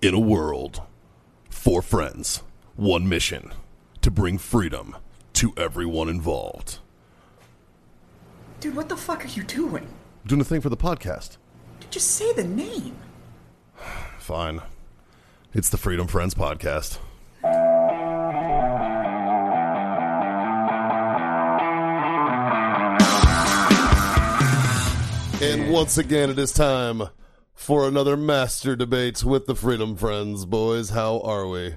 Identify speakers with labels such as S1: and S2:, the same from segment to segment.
S1: In a world, four friends, one mission to bring freedom to everyone involved.
S2: Dude, what the fuck are you doing?
S1: Doing a thing for the podcast.
S2: Just say the name.
S1: Fine. It's the Freedom Friends podcast. And once again, it is time for another master debates with the Freedom Friends. Boys, how are we?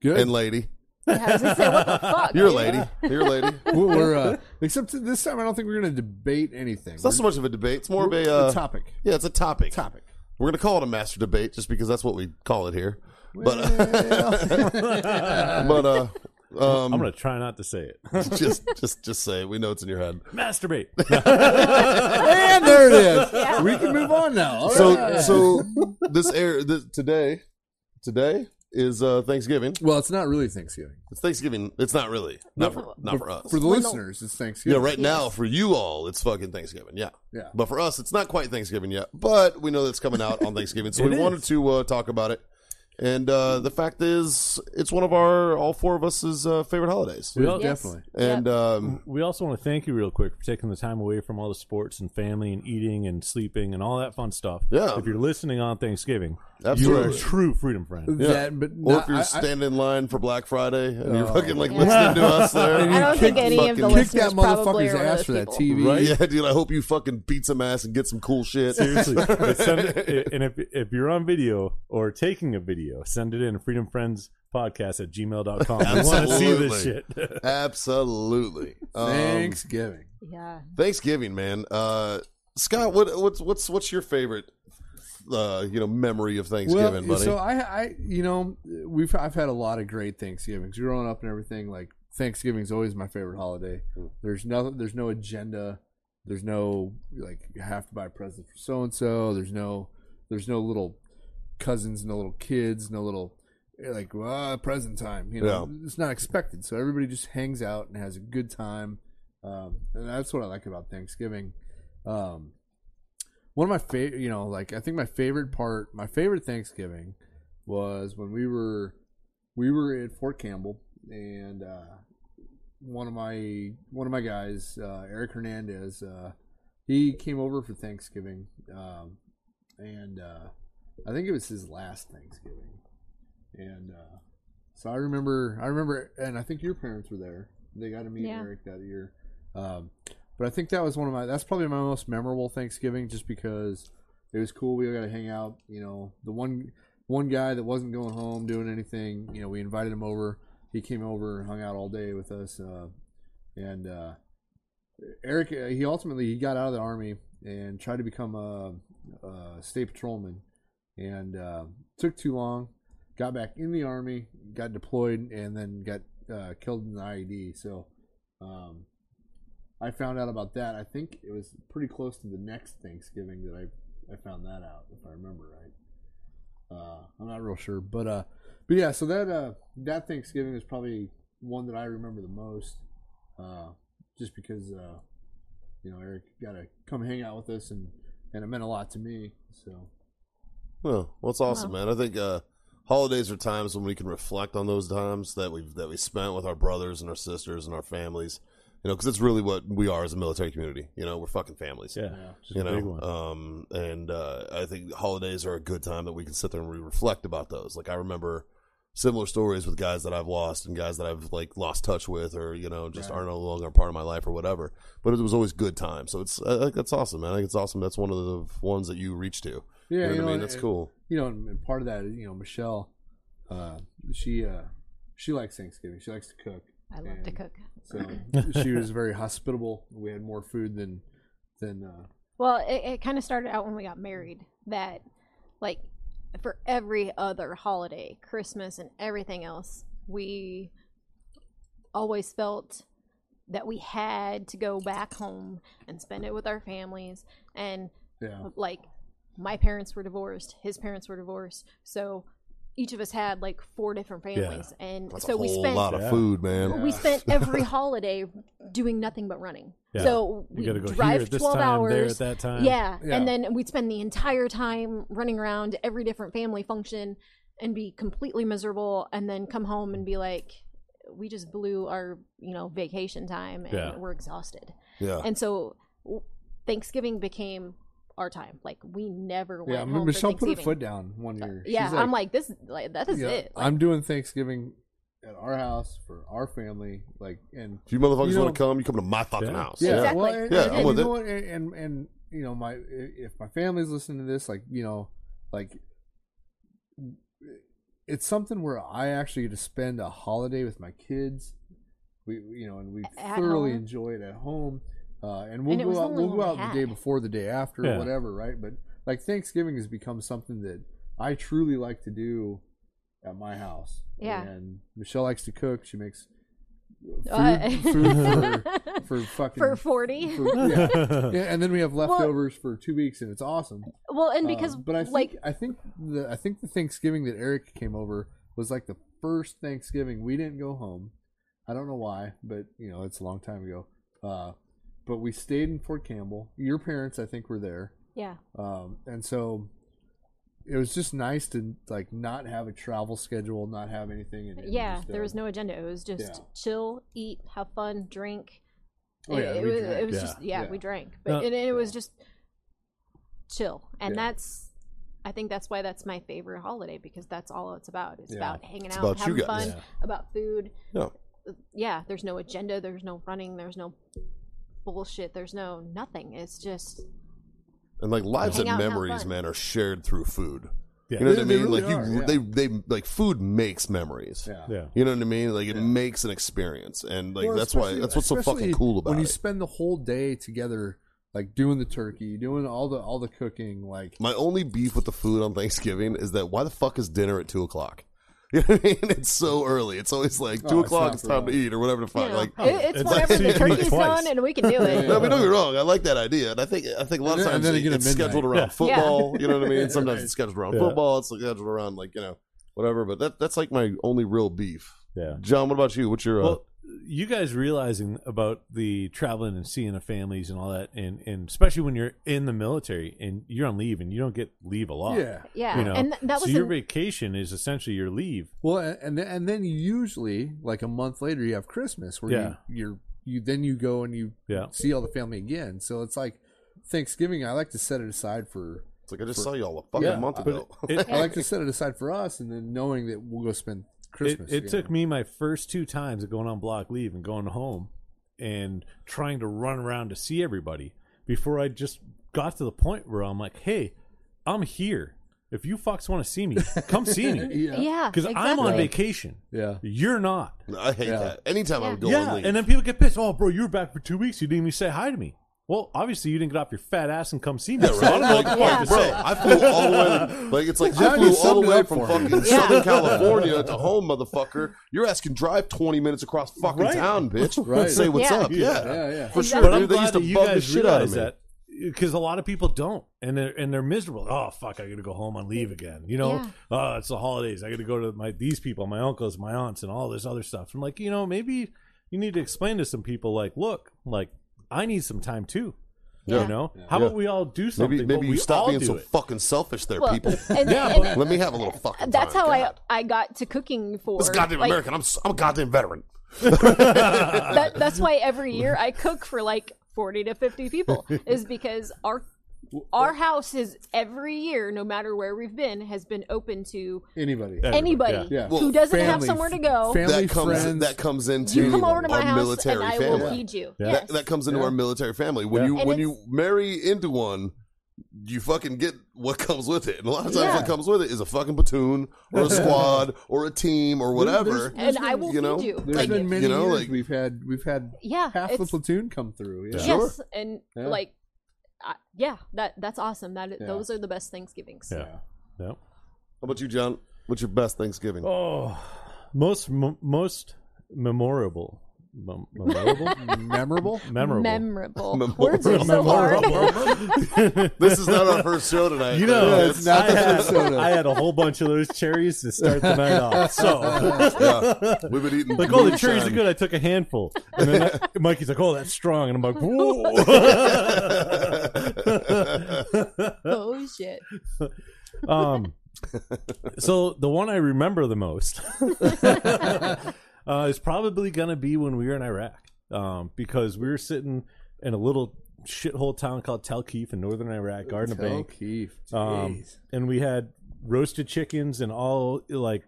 S3: Good.
S1: And lady.
S4: I was gonna say, what the fuck?
S1: You're a lady. You're a lady. It's
S3: Well, we're, uh, except this time, I don't think we're going to debate anything.
S1: not so much of a debate. It's more of a,
S3: We're-
S1: uh,
S3: a topic.
S1: Yeah, it's a topic.
S3: Topic.
S1: We're gonna call it a master debate just because that's what we call it here. But uh, but uh,
S5: I'm gonna try not to say it.
S1: just just just say it. we know it's in your head.
S5: Masturbate.
S3: and there it is. We can move on now. All right.
S1: So so this air this, today today is uh Thanksgiving.
S3: well, it's not really Thanksgiving.
S1: It's Thanksgiving. It's not really not for not for us.
S3: For the listeners, it's
S1: yeah,
S3: Thanksgiving.
S1: right now for you all, it's fucking Thanksgiving. Yeah,
S3: Yeah.
S1: But for us, it's not quite Thanksgiving yet. But we know that it's coming out on Thanksgiving, so we
S5: It
S1: wanted
S5: is.
S1: to uh, talk about it. And uh, the fact is, it's one of our all four of us's uh, favorite holidays.
S5: We, al-
S3: Definitely.
S1: And um,
S5: we also want to thank you real quick for taking the time away from all the sports and family and eating and sleeping and all that fun stuff.
S1: Yeah.
S5: If you're listening on Thanksgiving, you're
S1: Absolutely.
S5: a true freedom friend.
S1: Yeah.
S3: That, but
S1: or
S3: not,
S1: if you're
S3: I- I-
S1: standing in line for Black Friday and you're fucking like listening to us there.
S4: I don't think
S1: Kick
S4: any of the
S1: fucking-
S3: kick
S4: listeners
S3: that
S4: probably
S3: motherfucker's
S4: are one
S3: ass
S4: of
S3: for
S4: those
S3: that
S4: people.
S3: TV.
S1: Right? Yeah, dude. I hope you fucking beat some ass and get some cool shit.
S5: Seriously. But send it- and if if you're on video or taking a video, send it in freedom friends podcast at gmail.com. I want to see this shit.
S1: Absolutely. Um,
S3: Thanksgiving.
S4: Yeah.
S1: Thanksgiving, man. Uh, Scott, what, what's what's what's your favorite, uh, you know, memory of Thanksgiving, buddy?
S3: So I, I, you know, we've I've had a lot of great Thanksgivings growing up and everything. Like Thanksgiving's always my favorite holiday.
S1: Hmm.
S3: There's no, there's no agenda. There's no like you have to buy presents for so and so. There's no, there's no little cousins, no little kids, no little like ah, present time. You know, it's not expected. So everybody just hangs out and has a good time. Um, and that's what I like about Thanksgiving. Um, one of my favorite, you know, like I think my favorite part, my favorite Thanksgiving was when we were we were at Fort Campbell and uh, one of my one of my guys, uh, Eric Hernandez, uh, he came over for Thanksgiving, um, and uh, I think it was his last Thanksgiving, and uh, so I remember I remember, and I think your parents were there. They got to meet
S4: Yeah.
S3: Eric that year. Um, but I think that was one of my. That's probably my most memorable Thanksgiving, just because it was cool. We got to hang out. You know, the one one guy that wasn't going home doing anything. You know, we invited him over. He came over and hung out all day with us. Uh, and uh, Eric, uh, he ultimately he got out of the army and tried to become a, a state patrolman, and uh, took too long. Got back in the army, got deployed, and then got uh, killed in the IED. So. Um, I found out about that. I think it was pretty close to the next Thanksgiving that I I found that out, if I remember right. Uh, I'm not real sure, but uh, but yeah. So that uh, that Thanksgiving is probably one that I remember the most, uh, just because uh, you know Eric got to come hang out with us, and and it meant a lot to me. So
S1: Oh, well, it's awesome, man. I think uh, holidays are times when we can reflect on those times that we've that we spent with our brothers and our sisters and our families. You know, because that's really what we are as a military community. You know, we're fucking families.
S5: Yeah. Just
S1: You
S5: a big
S1: know,
S5: one.
S1: um, and uh, I think holidays are a good time that we can sit there and we reflect about those. Like I remember similar stories with guys that I've lost and guys that I've like lost touch with, or you know, just are no longer a part of my life or whatever. But it was always good time. So it's I think that's awesome, man. I think it's awesome. That's one of the ones that you reach to. you know,
S3: yeah,
S1: what I mean?
S3: and-
S1: That's
S3: and-
S1: cool.
S3: you know, and, and part of that, is, you know, Michelle, uh, she uh, she likes Thanksgiving. She likes to cook.
S4: I love to
S3: And-
S4: cook.
S3: So she was very hospitable. We had more food than than uh,
S4: Well, it, it kind of started out when we got married that, like, for every other holiday, Christmas and everything else, we always felt that we had to go back home and spend it with our families. And,
S3: yeah.
S4: like, my parents were divorced, his parents were divorced. So each of us had, like, four different families. And
S1: That's
S4: so
S1: a
S4: we
S1: whole
S4: spent.
S1: lot of
S5: Yeah.
S1: food, man.
S4: we spent every holiday doing nothing but running.
S5: Yeah.
S4: So we
S5: You gotta go
S4: drive
S5: here at this
S4: 12
S5: time,
S4: hours.
S5: there at that time.
S4: Yeah.
S3: Yeah.
S4: And then we'd spend the entire time running around every different family function and be completely miserable and then come home and be like we just blew our you know vacation time and
S5: Yeah.
S4: we're exhausted
S1: Yeah.
S4: and so w- thanksgiving became our time like we never went
S3: Yeah, I
S4: home
S3: remember
S4: for
S3: Michelle put her
S4: Thanksgiving.
S3: foot down one year. She's
S4: yeah i'm like this like that is
S3: yeah,
S4: it Like,
S3: I'm doing Thanksgiving at our house for our family. Like, and
S1: If you motherfuckers
S3: You know-
S1: want to come, you come to my fucking
S5: Yeah.
S1: house.
S3: yeah,
S1: Yeah.
S4: Exactly.
S3: well, and,
S1: Yeah,
S3: and-
S1: I'm
S3: and
S1: with
S3: you
S1: it.
S3: know what, and, and and you know, my if my family's listening to this, like you know, like it's something where I actually get to spend a holiday with my kids. We you know, and we
S4: At
S3: thoroughly
S4: home.
S3: enjoy it at home. Uh, and we'll
S4: And it was
S3: go
S4: the
S3: out.
S4: only
S3: We'll go
S4: one
S3: out
S4: we
S3: the day
S4: had.
S3: before, the day after,
S5: Yeah.
S3: whatever, right? But like Thanksgiving has become something that I truly like to do at my house.
S4: Yeah.
S3: And Michelle likes to cook. She makes food,
S4: Uh,
S3: food for, for fucking
S4: for 40
S3: for- yeah. Yeah, and then we have
S4: Well-
S3: leftovers for two weeks, and it's awesome.
S4: well and because
S3: Um, but I think,
S4: like
S3: I think the I think the Thanksgiving that Eric came over was like the first Thanksgiving we didn't go home. I don't know why, but you know it's a long time ago. Uh, but we stayed in Fort Campbell. Your parents, I think, were there,
S4: yeah
S3: um, and so it was just nice to like not have a travel schedule, not have anything. And, and
S4: yeah
S3: just, uh,
S4: there was no agenda it was just
S3: yeah.
S4: chill eat have fun drink
S3: Oh, yeah,
S4: it, it
S3: we
S4: was,
S3: drank.
S4: it was
S5: Yeah.
S4: just yeah,
S3: Yeah.
S4: we drank
S5: No.
S4: but and, and it was just chill and
S3: Yeah.
S4: that's i think that's why that's my favorite holiday because that's all it's about it's
S3: Yeah.
S4: about hanging
S1: It's
S4: out
S1: about you
S4: having
S1: guys.
S4: fun about food
S1: Yeah.
S4: yeah there's no agenda there's no running there's no bullshit there's no nothing it's just
S1: And like lives
S4: Hang
S1: and
S4: out and have
S1: memories,
S4: fun.
S1: man, are shared through food.
S5: Yeah.
S1: You know what I
S3: They- they
S1: mean?
S3: really
S1: like you,
S3: are, yeah.
S1: they, they, like food makes memories.
S3: Yeah.
S5: yeah.
S1: You know what I mean? Like it
S3: Yeah.
S1: makes an experience, and like
S3: Well,
S1: that's why
S3: especially-
S1: that's what's so fucking
S3: especially
S1: cool about
S3: when you
S1: it.
S3: spend the whole day together, like doing the turkey, doing all the all the cooking, like
S1: My only beef with the food on Thanksgiving is that why the fuck is dinner at two o'clock? You know what I mean? It's so early. It's always like
S3: Oh,
S1: two
S3: it's
S1: o'clock.
S3: not
S1: It's
S3: for
S1: time to
S3: us.
S1: eat or whatever the fuck.
S4: you know,
S1: Like,
S4: it- it's
S5: It's
S4: whatever
S5: like
S4: the
S5: seeing it
S4: turkey's
S5: twice.
S4: done and we can do it
S1: no, I mean, don't get me wrong. I like that idea, and I think I think a lot of
S3: And then-
S1: times
S3: and then
S1: it-
S3: again at
S1: it's scheduled
S3: midnight.
S1: around
S5: Yeah.
S1: football. You know what I mean?
S3: Right.
S1: Sometimes it's scheduled around
S5: Yeah.
S1: football. It's scheduled around like you know whatever. But that that's like my only real beef.
S5: Yeah.
S1: John, what about you? What's your uh,
S5: Well, you guys realizing about the traveling and seeing the families and all that, and, and especially when you're in the military and you're on leave and you don't get leave a lot.
S3: yeah.
S4: yeah
S5: You know,
S4: and th- that was
S5: so your
S4: an-
S5: vacation is essentially your leave.
S3: Well, a- and then, and then usually like a month later you have Christmas where
S5: Yeah.
S3: you, you're you then you go and you
S5: Yeah.
S3: see all the family again. So it's like Thanksgiving. I like to set it aside for
S1: It's like I just saw y'all a fucking
S5: Yeah,
S1: month
S5: but
S1: ago.
S5: It,
S3: I like to set it aside for us, and then knowing that we'll go spend
S5: it,
S3: Christmas.
S5: it
S3: you
S5: took
S3: know.
S5: me my first two times of going on block leave and going home and trying to run around to see everybody before I just got to the point where I'm like, hey, I'm here. If you fucks want to see me, come see me.
S3: Yeah.
S4: yeah
S5: Because I'm on
S4: exactly.
S5: vacation.
S3: Yeah.
S5: You're not.
S1: I hate
S3: Yeah.
S1: that. Anytime I would go
S5: yeah.
S1: on leave,
S5: And then people get pissed. Oh, bro, you were back for two weeks. You didn't even say hi to me. Well, obviously, you didn't get off your fat ass and come see me.
S1: Yeah,
S5: So I don't know
S1: right.
S5: what the
S1: Like,
S5: fuck to
S1: bro,
S5: say.
S1: I flew all the way. Like it's like I
S3: Johnny
S1: flew all
S3: summed
S1: the
S3: it
S1: way
S3: up
S1: from
S3: for me.
S1: fucking
S4: Yeah.
S1: Southern California to home, motherfucker. You're asking drive twenty minutes across fucking
S5: Right.
S1: town, bitch.
S3: Right.
S1: Say what's
S4: Yeah.
S1: up, yeah,
S3: Yeah, yeah.
S1: for sure.
S4: Exactly.
S5: But
S1: dude.
S5: I'm
S1: they
S5: glad
S1: used to
S5: that you
S1: bug the
S5: guys
S1: shit out
S5: realize
S1: of me.
S5: that because a lot of people don't, and they're and they're miserable. Oh fuck, I got to go home on leave again. You know,
S4: Yeah.
S5: oh it's the holidays. I got to go to my these people, my uncles, my aunts, and all this other stuff. I'm like, you know, maybe you need to explain to some people, like, look, like I need some time too.
S4: Yeah.
S5: You know, how
S1: Yeah.
S5: about we all do something?
S1: Maybe,
S5: but
S1: maybe
S5: we
S1: you stop
S5: all
S1: being
S5: do
S1: so
S5: it.
S1: fucking selfish, there,
S4: Well,
S1: people.
S4: and-
S5: Yeah,
S4: and-
S5: but-
S1: Let me have a little fucking.
S4: that's
S1: time.
S4: how I
S1: God.
S4: I got to cooking for
S1: It's goddamn
S4: like,
S1: American. I'm s- I'm a goddamn veteran.
S4: that, that's why every year I cook for like 40 to 50 people is because our our house is every year no mater where we've been has been open to
S3: Anybody.
S4: anybody
S3: Yeah.
S5: yeah.
S4: who doesn't have
S3: Family,
S4: somewhere to go
S3: Family,
S1: that comes
S3: friends.
S1: that comes into
S4: you come over to my
S1: our
S4: house
S1: military
S4: and I
S1: family.
S4: will feed you
S5: Yeah.
S1: that,
S4: yes
S1: that comes into
S3: Yeah.
S1: our military family. When
S5: Yeah.
S1: you
S4: And
S1: when
S4: it's-
S1: you marry into one, you fucking get what comes with it. And a lot of times,
S4: Yeah.
S1: what comes with it is a fucking platoon or a squad or a team or whatever.
S3: there's-
S4: and I will
S1: you know,
S4: feed you
S3: There's
S1: Like,
S3: been many
S1: you know,
S3: years
S1: like-
S3: we've had we've had
S4: yeah
S3: half the
S4: it's-
S3: platoon come through. Yeah.
S1: Sure.
S4: yes and
S3: Yeah.
S4: like I, yeah that that's awesome that
S3: Yeah.
S4: those are the best Thanksgivings
S5: Yeah. Yeah.
S1: How about you, John? What's your best Thanksgiving?
S5: Oh, most m- most memorable, Mem- memorable,
S3: Memorable.
S5: memorable.
S4: memorable.
S1: Memorable.
S4: words are so hard
S1: This is not our first show tonight.
S5: You know,
S1: Yeah,
S3: it's
S1: it's-
S3: not-
S5: I,
S3: the
S5: had,
S3: first soda.
S5: I had a whole bunch of those cherries to start the night off. So,
S1: yeah, we've been eating.
S5: like, oh, the cherries
S1: moonshine.
S5: are good. I took a handful. And then I, Mikey's like, oh, that's strong. And I'm like, whoa.
S4: oh shit
S5: um, so the one I remember the most uh, is probably gonna be when we were in Iraq, um, because we were sitting in a little shithole town called Tel Kif in northern Iraq, Garden of Bank,
S3: Keefe.
S5: um, and we had roasted chickens and all like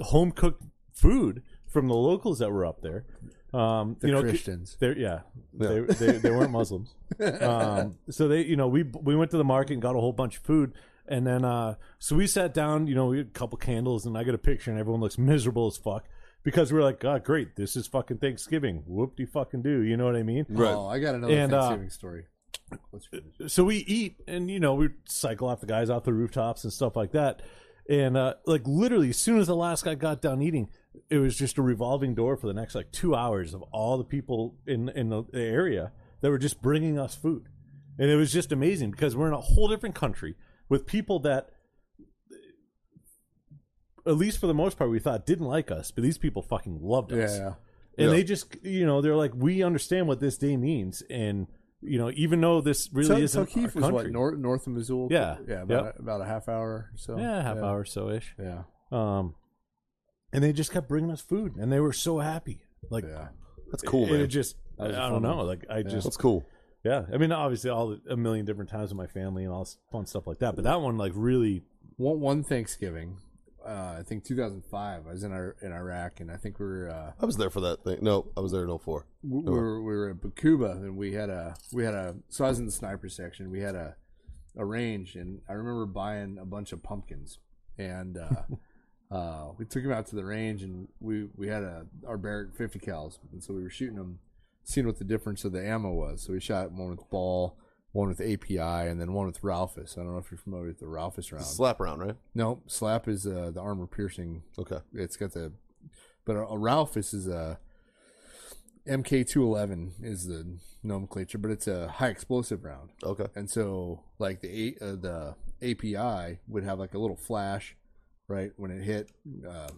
S5: home cooked food from the locals that were up there. Um,
S3: the
S5: you know,
S3: Christians.
S5: they're yeah, They, they they weren't Muslims. um, so they you know we we went to the market and got a whole bunch of food, and then uh, so we sat down. You know, we had a couple candles, and I got a picture, and everyone looks miserable as fuck because we were like, God, great, this is fucking Thanksgiving. Whoop de fucking do, you know what I mean?
S1: Right.
S3: Oh, I got another
S5: And, uh,
S3: Thanksgiving story. Let's finish.
S5: so we eat and you know we cycle off the guys off the rooftops and stuff like that and uh like literally as soon as the last guy got done eating it was just a revolving door for the next like two hours of all the people in in the the area that were just bringing us food and it was just amazing because we're in a whole different country with people that at least for the most part we thought didn't like us but these people fucking loved us
S3: Yeah.
S5: and
S1: Yeah.
S5: they just you know they're like we understand what this day means and you know even though this really
S3: Tel-
S5: isn't
S3: Tel Keefe
S5: our
S3: was what
S5: country,
S3: north, north of Missoul.
S5: Yeah.
S3: yeah, about,
S5: Yep.
S3: about a half hour or so.
S5: yeah half hour or so ish
S3: Yeah,
S5: um and they just kept bringing us food and they were so happy like
S3: yeah.
S1: That's cool,
S5: it, it
S1: man.
S5: just i
S3: was a
S5: don't
S3: fun
S5: know
S3: one.
S5: like i just
S1: That's cool.
S5: yeah i mean obviously all the, a million different times with my family and all this fun stuff like that but that one like really
S3: One, one Thanksgiving, uh, I think 2005. I was in our in Iraq, and I think we were uh,
S1: I was there for that thing. No, I was there in 04.
S3: we, we were we were in Cuba, and we had a we had a. So I was in the sniper section. We had a a range, and I remember buying a bunch of pumpkins, and uh, uh, we took them out to the range, and we we had a our Barrett 50 cals, and so we were shooting them, seeing what the difference of the ammo was. So we shot one with ball. One with API and then one with Ralphus. I don't know if you're familiar with the Ralphus round.
S1: Slap around, right?
S3: no, slap is uh, the armor piercing
S1: Okay.
S3: it's got the but a, a Ralphus is a MK211 is the nomenclature, but it's a high explosive round.
S1: Okay.
S3: And so like the a, uh, the API would have like a little flash right when it hit uh,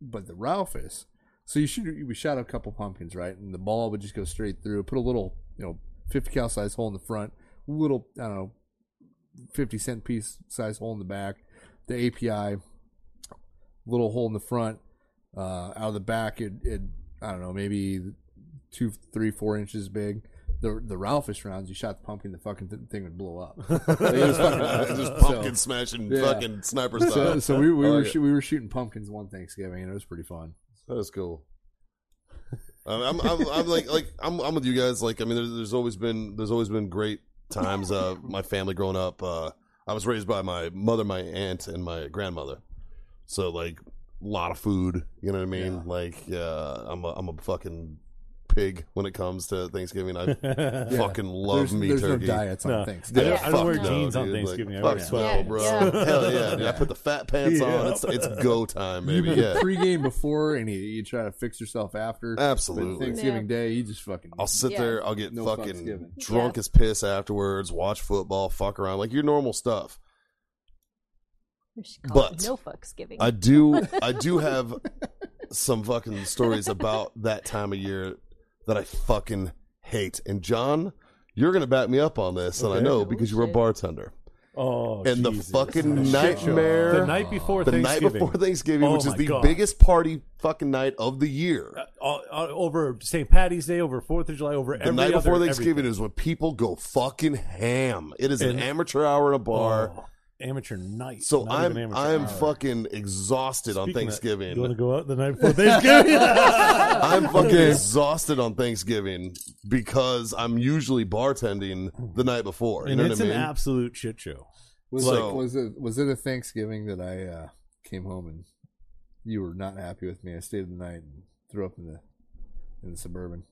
S3: but the Ralphus so you shoot we shot a couple pumpkins right and the ball would just go straight through put a little you know 50 cal size hole in the front little I don't know 50 cent piece size hole in the back the API little hole in the front. Uh, out of the back, it, it I don't know, maybe two, three, four inches big. The the Ralphish rounds, you shot the pumpkin, the fucking th- thing would blow up.
S1: It was fucking- uh, just pumpkin
S3: So-
S1: smashing,
S3: yeah.
S1: fucking sniper
S3: so,
S1: style.
S3: so we, we
S1: I
S3: were
S1: like it.
S3: shoo- we were shooting pumpkins one Thanksgiving, and it was pretty fun.
S1: That is cool. I'm, I'm, I'm, I'm like, like I'm, I'm with you guys. Like, I mean, there's, there's always been, there's always been great times. Uh, my family growing up, uh, I was raised by my mother, my aunt, and my grandmother. So like, a lot of food. You know what I mean? Like, uh, I'm, a, I'm a fucking pig when it comes to Thanksgiving. I fucking love
S3: there's
S1: me
S3: there's
S1: turkey.
S3: no diets on
S5: No.
S1: Yeah,
S3: Thanksgiving.
S4: Yeah.
S5: I don't wear
S1: fuck no,
S5: jeans on
S1: dude.
S5: Thanksgiving. I
S1: Like,
S5: wear
S1: fuck no,
S4: pants.
S1: bro.
S4: Yeah.
S1: Hell yeah, dude. I put the fat pants on. It's it's go time, baby.
S3: you
S1: Yeah,
S3: pregame before, and you, you try to fix yourself after. But
S1: absolutely.
S3: Thanksgiving
S4: Yeah.
S3: Day, you just fucking
S1: I'll sit
S4: Yeah.
S1: there. I'll get
S3: No fucks
S1: fucking
S3: given.
S1: drunk
S4: Yeah.
S1: as piss afterwards. Watch football. Fuck around like your normal stuff.
S4: We should call it
S1: But-
S4: no fucks giving.
S1: I do. I do have some fucking stories about that time of year that I fucking hate. And John, you're gonna back me up on this, and I
S5: Okay.
S1: know because you were a bartender.
S5: oh
S1: and the
S5: Jesus.
S1: fucking
S5: Shit show.
S1: nightmare.
S5: the night before
S1: the night
S5: Thanksgiving,
S1: before Thanksgiving,
S5: Oh
S1: which is
S5: my
S1: the
S5: God. Uh,
S1: biggest party fucking night of the year.
S5: all, all- over St. Patty's Day, over Fourth of July, over
S1: the
S5: every
S1: night before
S5: other-
S1: Thanksgiving
S5: everything.
S1: is when people go fucking ham. It is an
S5: And-
S1: amateur hour in a bar.
S5: Oh, amateur night.
S1: So
S5: not even
S1: I'm
S5: amateur
S1: I'm
S5: hour.
S1: fucking exhausted on
S5: Speaking of-
S1: Thanksgiving.
S5: you want to go out the night before Thanksgiving?
S1: I'm fucking exhausted on Thanksgiving because I'm usually bartending the night before. You
S5: and
S1: know
S5: it's
S1: what I mean?
S5: an absolute shit show.
S3: Was,
S1: So-
S3: it, was it was it a Thanksgiving that I uh, came home and you were not happy with me? I stayed the night and threw up in the in the suburban,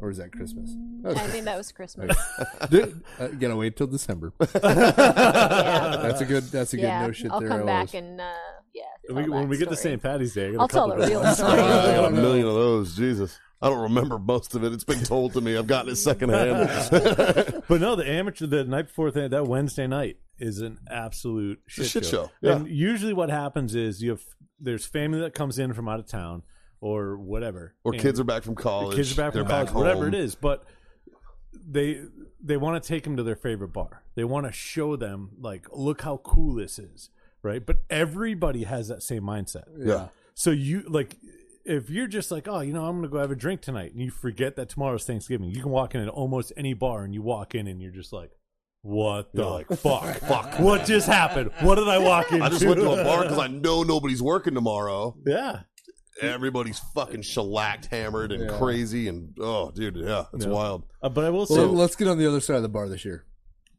S3: or is that Christmas?
S4: I think that was Christmas.
S3: Uh, gotta wait till December.
S4: yeah.
S3: That's a good. That's a good
S4: yeah.
S3: no shit.
S4: I'll
S3: there
S4: come
S3: always.
S4: back and uh, yeah.
S5: When we,
S4: tell
S5: when
S4: that
S5: we get to
S4: story.
S5: St. Patty's Day, I got a
S4: Oh, I'll tell
S5: couple
S4: the
S5: of-
S4: real story.
S1: I got a million of those. Jesus. I don't remember most of it. It's been told to me. I've gotten it secondhand.
S5: But no, the amateur the night before that that Wednesday night is an absolute shit,
S1: a shit show,
S5: And usually, what happens is you have there's family that comes in from out of town or whatever,
S1: or
S5: and
S1: kids are back from college.
S5: kids are back
S1: They're
S5: from college,
S1: home.
S5: whatever it is. But they they want to take them to their favorite bar. They want to show them like, look how cool this is, right? But everybody has that same mindset.
S1: Yeah.
S5: So you like if you're just like, oh, you know, I'm gonna go have a drink tonight, and you forget that tomorrow's Thanksgiving, you can walk in at almost any bar, and you walk in, and you're just like, what the
S1: You're like,
S5: fuck, fuck, what just happened? What did I walk into?
S1: I just went to a bar because I know nobody's working tomorrow.
S5: yeah,
S1: Everybody's fucking shellacked, hammered, and
S3: Yeah.
S1: crazy, and oh, dude, yeah, it's
S5: Yeah.
S1: wild.
S5: Uh, but I will say,
S3: Well, let's get on the other side of the bar this year.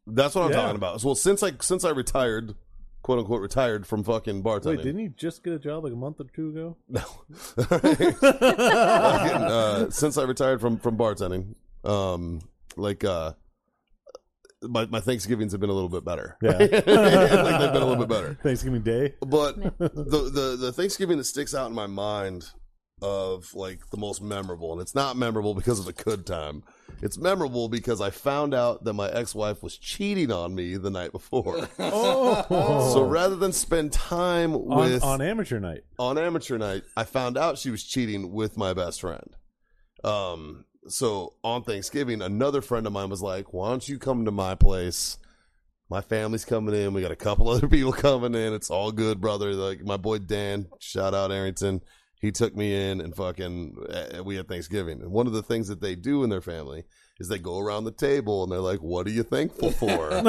S1: That's what I'm
S5: Yeah.
S1: talking about. Well, since I since I retired, quote unquote, retired from fucking bartending.
S5: wait, didn't he just get a job like a month or two ago?
S1: No. uh, since I retired from from bartending, um, like uh, my my Thanksgivings have been a little bit better.
S5: Yeah.
S1: like they've been a little bit better.
S5: Thanksgiving Day.
S1: But the, the the Thanksgiving that sticks out in my mind of like the most memorable, and it's not memorable because of the good time. It's memorable because I found out that my ex wife was cheating on me the night before.
S5: Oh,
S1: So rather than spend time
S5: on,
S1: with
S5: on amateur night.
S1: on amateur night, I found out she was cheating with my best friend. Um, so on Thanksgiving, another friend of mine was like, "Why don't you come to my place? My family's coming in. We got a couple other people coming in. It's all good, brother." Like my boy Dan, shout out Arrington. He took me in and fucking eh, we had Thanksgiving. And one of the things that they do in their family is they go around the table and they're like, "What are you thankful for?"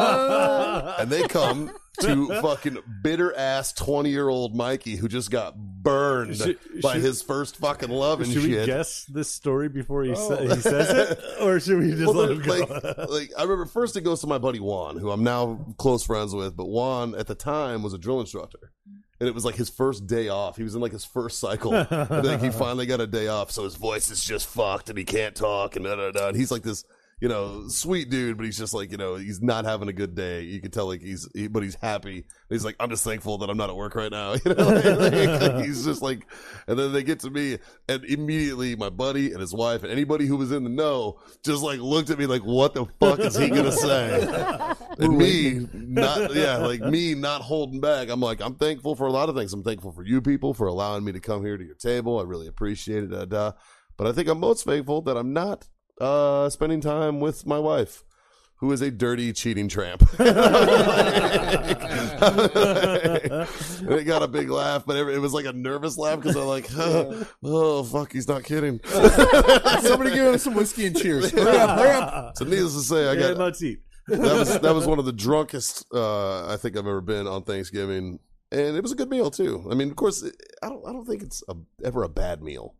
S1: and they come to fucking bitter ass 20 year old Mikey who just got burned
S5: Should-
S1: by
S5: should-
S1: his first fucking love and
S5: Should we
S1: shit.
S5: guess this story before he, sa- he says it, Oh. or should we just
S1: Well,
S5: let him
S1: then,
S5: go?
S1: like, like, I remember first it goes to my buddy Juan, who I'm now close friends with, but Juan at the time was a drill instructor. And it was like his first day off. He was in like his first cycle. and like he finally got a day off, so his voice is just fucked and he can't talk and da da da. And he's like this, you know, sweet dude, but he's just like, you know, he's not having a good day. You can tell like he's, he, but he's happy. And he's like, I'm just thankful that I'm not at work right now. You know, like, like, he's just like, and then they get to me, and immediately my buddy and his wife and anybody who was in the know just like looked at me like, what the fuck is he gonna say? and me not yeah like me not holding back i'm like i'm thankful for a lot of things i'm thankful for you people for allowing me to come here to your table i really appreciate it da, da. but i think i'm most thankful that i'm not uh spending time with my wife who is a dirty cheating tramp and it got a big laugh but it was like a nervous laugh because i'm like huh, oh fuck he's not kidding
S3: Somebody give him some whiskey and cheers. Hurry up, hurry up.
S1: so needless to say i
S5: and
S1: got
S5: let's eat.
S1: that was that was one of the drunkest uh, I think I've ever been on Thanksgiving, and it was a good meal too. I mean, of course, I don't I don't think it's a, ever a bad meal,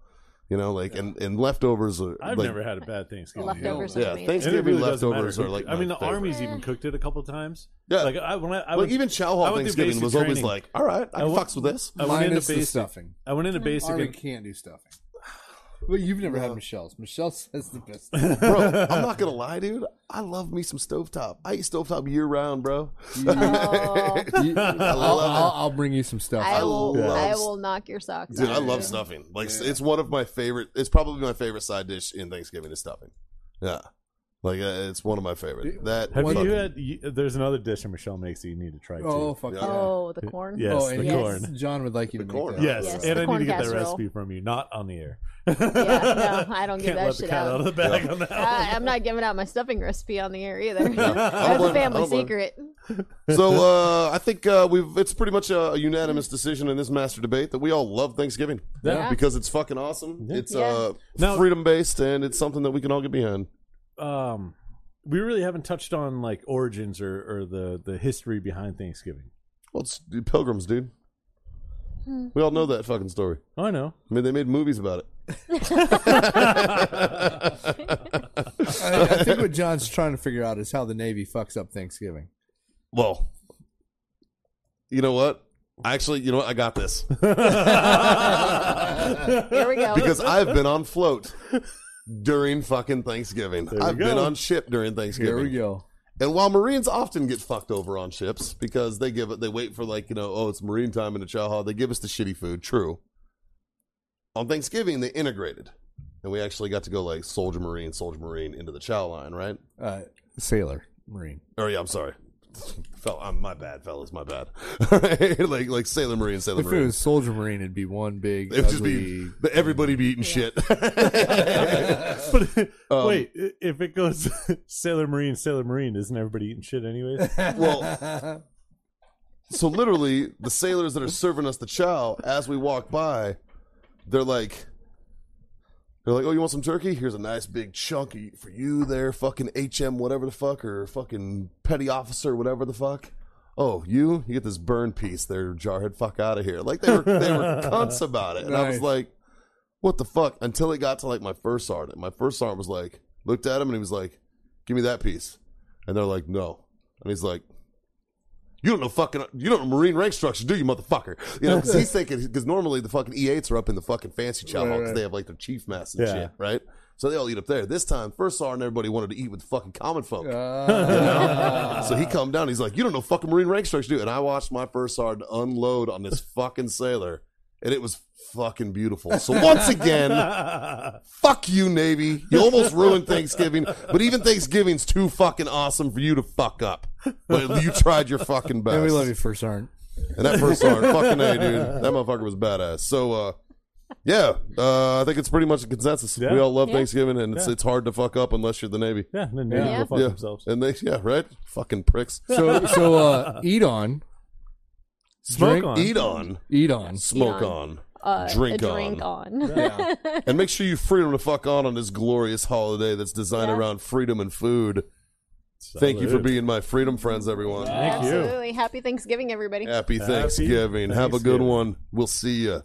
S1: you know. Like and and leftovers are.
S5: I've
S1: like,
S5: never had a bad Thanksgiving.
S4: Leftovers
S1: Yeah,
S4: are amazing.
S5: And it
S1: Thanksgiving
S5: really doesn't
S1: leftovers
S5: matter.
S1: are like.
S5: I mean,
S1: my
S5: the
S1: favorite.
S5: army's even cooked it a couple times.
S1: Yeah.
S5: like I when I, I
S1: Like
S5: would-
S1: even Chow
S5: I
S1: Hall
S5: went through
S1: Thanksgiving
S5: basic
S1: was always
S5: training.
S1: like, all right, I,
S5: I
S1: can
S5: went-
S1: fucks with this.
S5: I went into
S3: Minus the
S5: basic.
S3: stuffing.
S5: I went into basic.
S3: Army
S5: And,
S3: can't do stuffing. Well, you've never had Michelle's. Michelle says the best.
S1: bro, I'm not gonna lie, dude. I love me some stovetop. I eat stovetop year round, bro.
S4: Oh,
S3: You- I'll, I'll, I'll bring you some stuff. Oh,
S4: I will.
S1: love
S4: I
S1: s-
S4: will knock your socks
S1: Dude,
S4: off.
S1: I love stuffing. Like it's one of my favorite. It's probably my favorite side dish in Thanksgiving is stuffing. Yeah, like uh, it's one of my favorite. That
S5: have
S1: fucking-
S5: you had? You, there's another dish that Michelle makes that you need to try
S3: oh
S5: too.
S3: fuck yeah!
S4: Oh, the corn.
S5: Yes,
S3: oh,
S5: the
S3: yes,
S5: corn.
S3: John would like you to
S1: The
S3: make
S1: corn.
S3: that.
S5: Yes,
S4: Yes,
S5: and
S4: the
S5: I need
S4: corn
S5: to get that
S4: casserole.
S5: recipe from you, not on the air.
S4: Yeah, no, I don't give
S5: Can't
S4: that
S5: let the
S4: shit
S5: cat
S4: out.
S5: out of the bag on that. one.
S4: I, I'm not giving out my stuffing recipe on the air either.
S1: I
S4: That's
S1: don't
S4: a
S1: blame- I
S4: family
S1: don't blame-
S4: secret.
S1: So uh, I think uh, we've it's pretty much a, a unanimous decision in this master debate that we all love Thanksgiving
S5: Yeah.
S1: because it's fucking awesome. It's uh,
S5: Now-
S1: freedom based and it's something that we can all get behind.
S5: um we really haven't touched on like origins or, or the the history behind Thanksgiving.
S1: Well, it's the pilgrims, dude. We all know that fucking story.
S5: Oh, I know.
S1: I mean, they made movies about it.
S3: I, I think what John's trying to figure out is how the Navy fucks up Thanksgiving.
S1: Well, you know what? Actually, you know what? I got this
S4: Here we go.
S1: because I've been on float during fucking Thanksgiving. I've been on ship during Thanksgiving.
S3: There we go.
S1: And while Marines often get fucked over on ships because they give it, they wait for like you know, oh, it's Marine time in the chow hall. They give us the shitty food. True. On Thanksgiving, they integrated, and we actually got to go like soldier Marine, soldier Marine into the chow line, right?
S3: Uh, sailor, Marine.
S1: Or yeah, I'm sorry, fell, I'm, my bad, fellas, my bad. like like Sailor Marine, Sailor
S3: If it
S1: Marine.
S3: was Soldier Marine, it'd be one big.
S1: It would just be
S3: ugly-
S1: everybody be eating shit.
S5: But
S1: Um,
S5: wait, i- if it goes Sailor Marine, Sailor Marine, isn't everybody eating shit anyways?
S1: Well, so literally, the sailors that are serving us the chow as we walk by, they're like, they're like, "Oh, you want some turkey? Here's a nice big chunk of- for you, there, fucking HM, whatever the fuck, or fucking petty officer, whatever the fuck." Oh, you? You get this burn piece there, jarhead. Fuck out of here! Like they were, they were cunts about it, and I was
S3: Nice.
S1: like, "What the fuck?" Until it got to like my first sergeant. My first sergeant was like, looked at him, and he was like, "Give me that piece," and they're like, "No," and he's like, you don't know fucking you don't know marine rank structure, do you, motherfucker? You know, because he's thinking because normally the fucking E8s are up in the fucking fancy chow hall
S3: Right,
S1: because
S3: right.
S1: they have like their chief mess and
S5: Yeah.
S1: shit, right? So they all eat up there. This time, first sergeant, everybody wanted to eat with the fucking common folk.
S3: uh, Ah.
S1: So he come down. He's like, "You don't know fucking marine rank structure, dude." And I watched my first sergeant unload on this fucking sailor, and it was fucking beautiful. So once again, fuck you, Navy. You almost ruined Thanksgiving, but even Thanksgiving's too fucking awesome for you to fuck up. But you tried your fucking best.
S3: And we love you, First Sergeant.
S1: And that first song, fucking A, dude. That motherfucker was badass. So, uh, yeah, uh, I think it's pretty much a consensus.
S5: Yeah.
S1: We all love
S4: Yeah.
S1: Thanksgiving, and it's
S5: Yeah.
S1: it's hard to fuck up unless you're the Navy.
S5: yeah, and then they
S4: Yeah.
S5: go fuck
S1: yeah,
S5: themselves.
S1: and they, yeah, right, fucking pricks.
S3: So so uh, eat on,
S5: Smoke
S3: Drink-
S5: on.
S1: Eat on,
S3: eat on.
S1: smoke
S4: Eat
S1: on.
S4: Uh,
S1: Drink
S4: a drink on.
S1: and make sure you freedom to fuck on on this glorious holiday that's designed
S4: Yeah.
S1: around freedom and food. Thank you for
S5: Salute.
S1: being my freedom friends, everyone.
S5: Thank you.
S4: Absolutely. Happy Thanksgiving, everybody.
S1: Happy Thanksgiving. Have a good
S5: Thanksgiving.
S1: one. We'll see ya.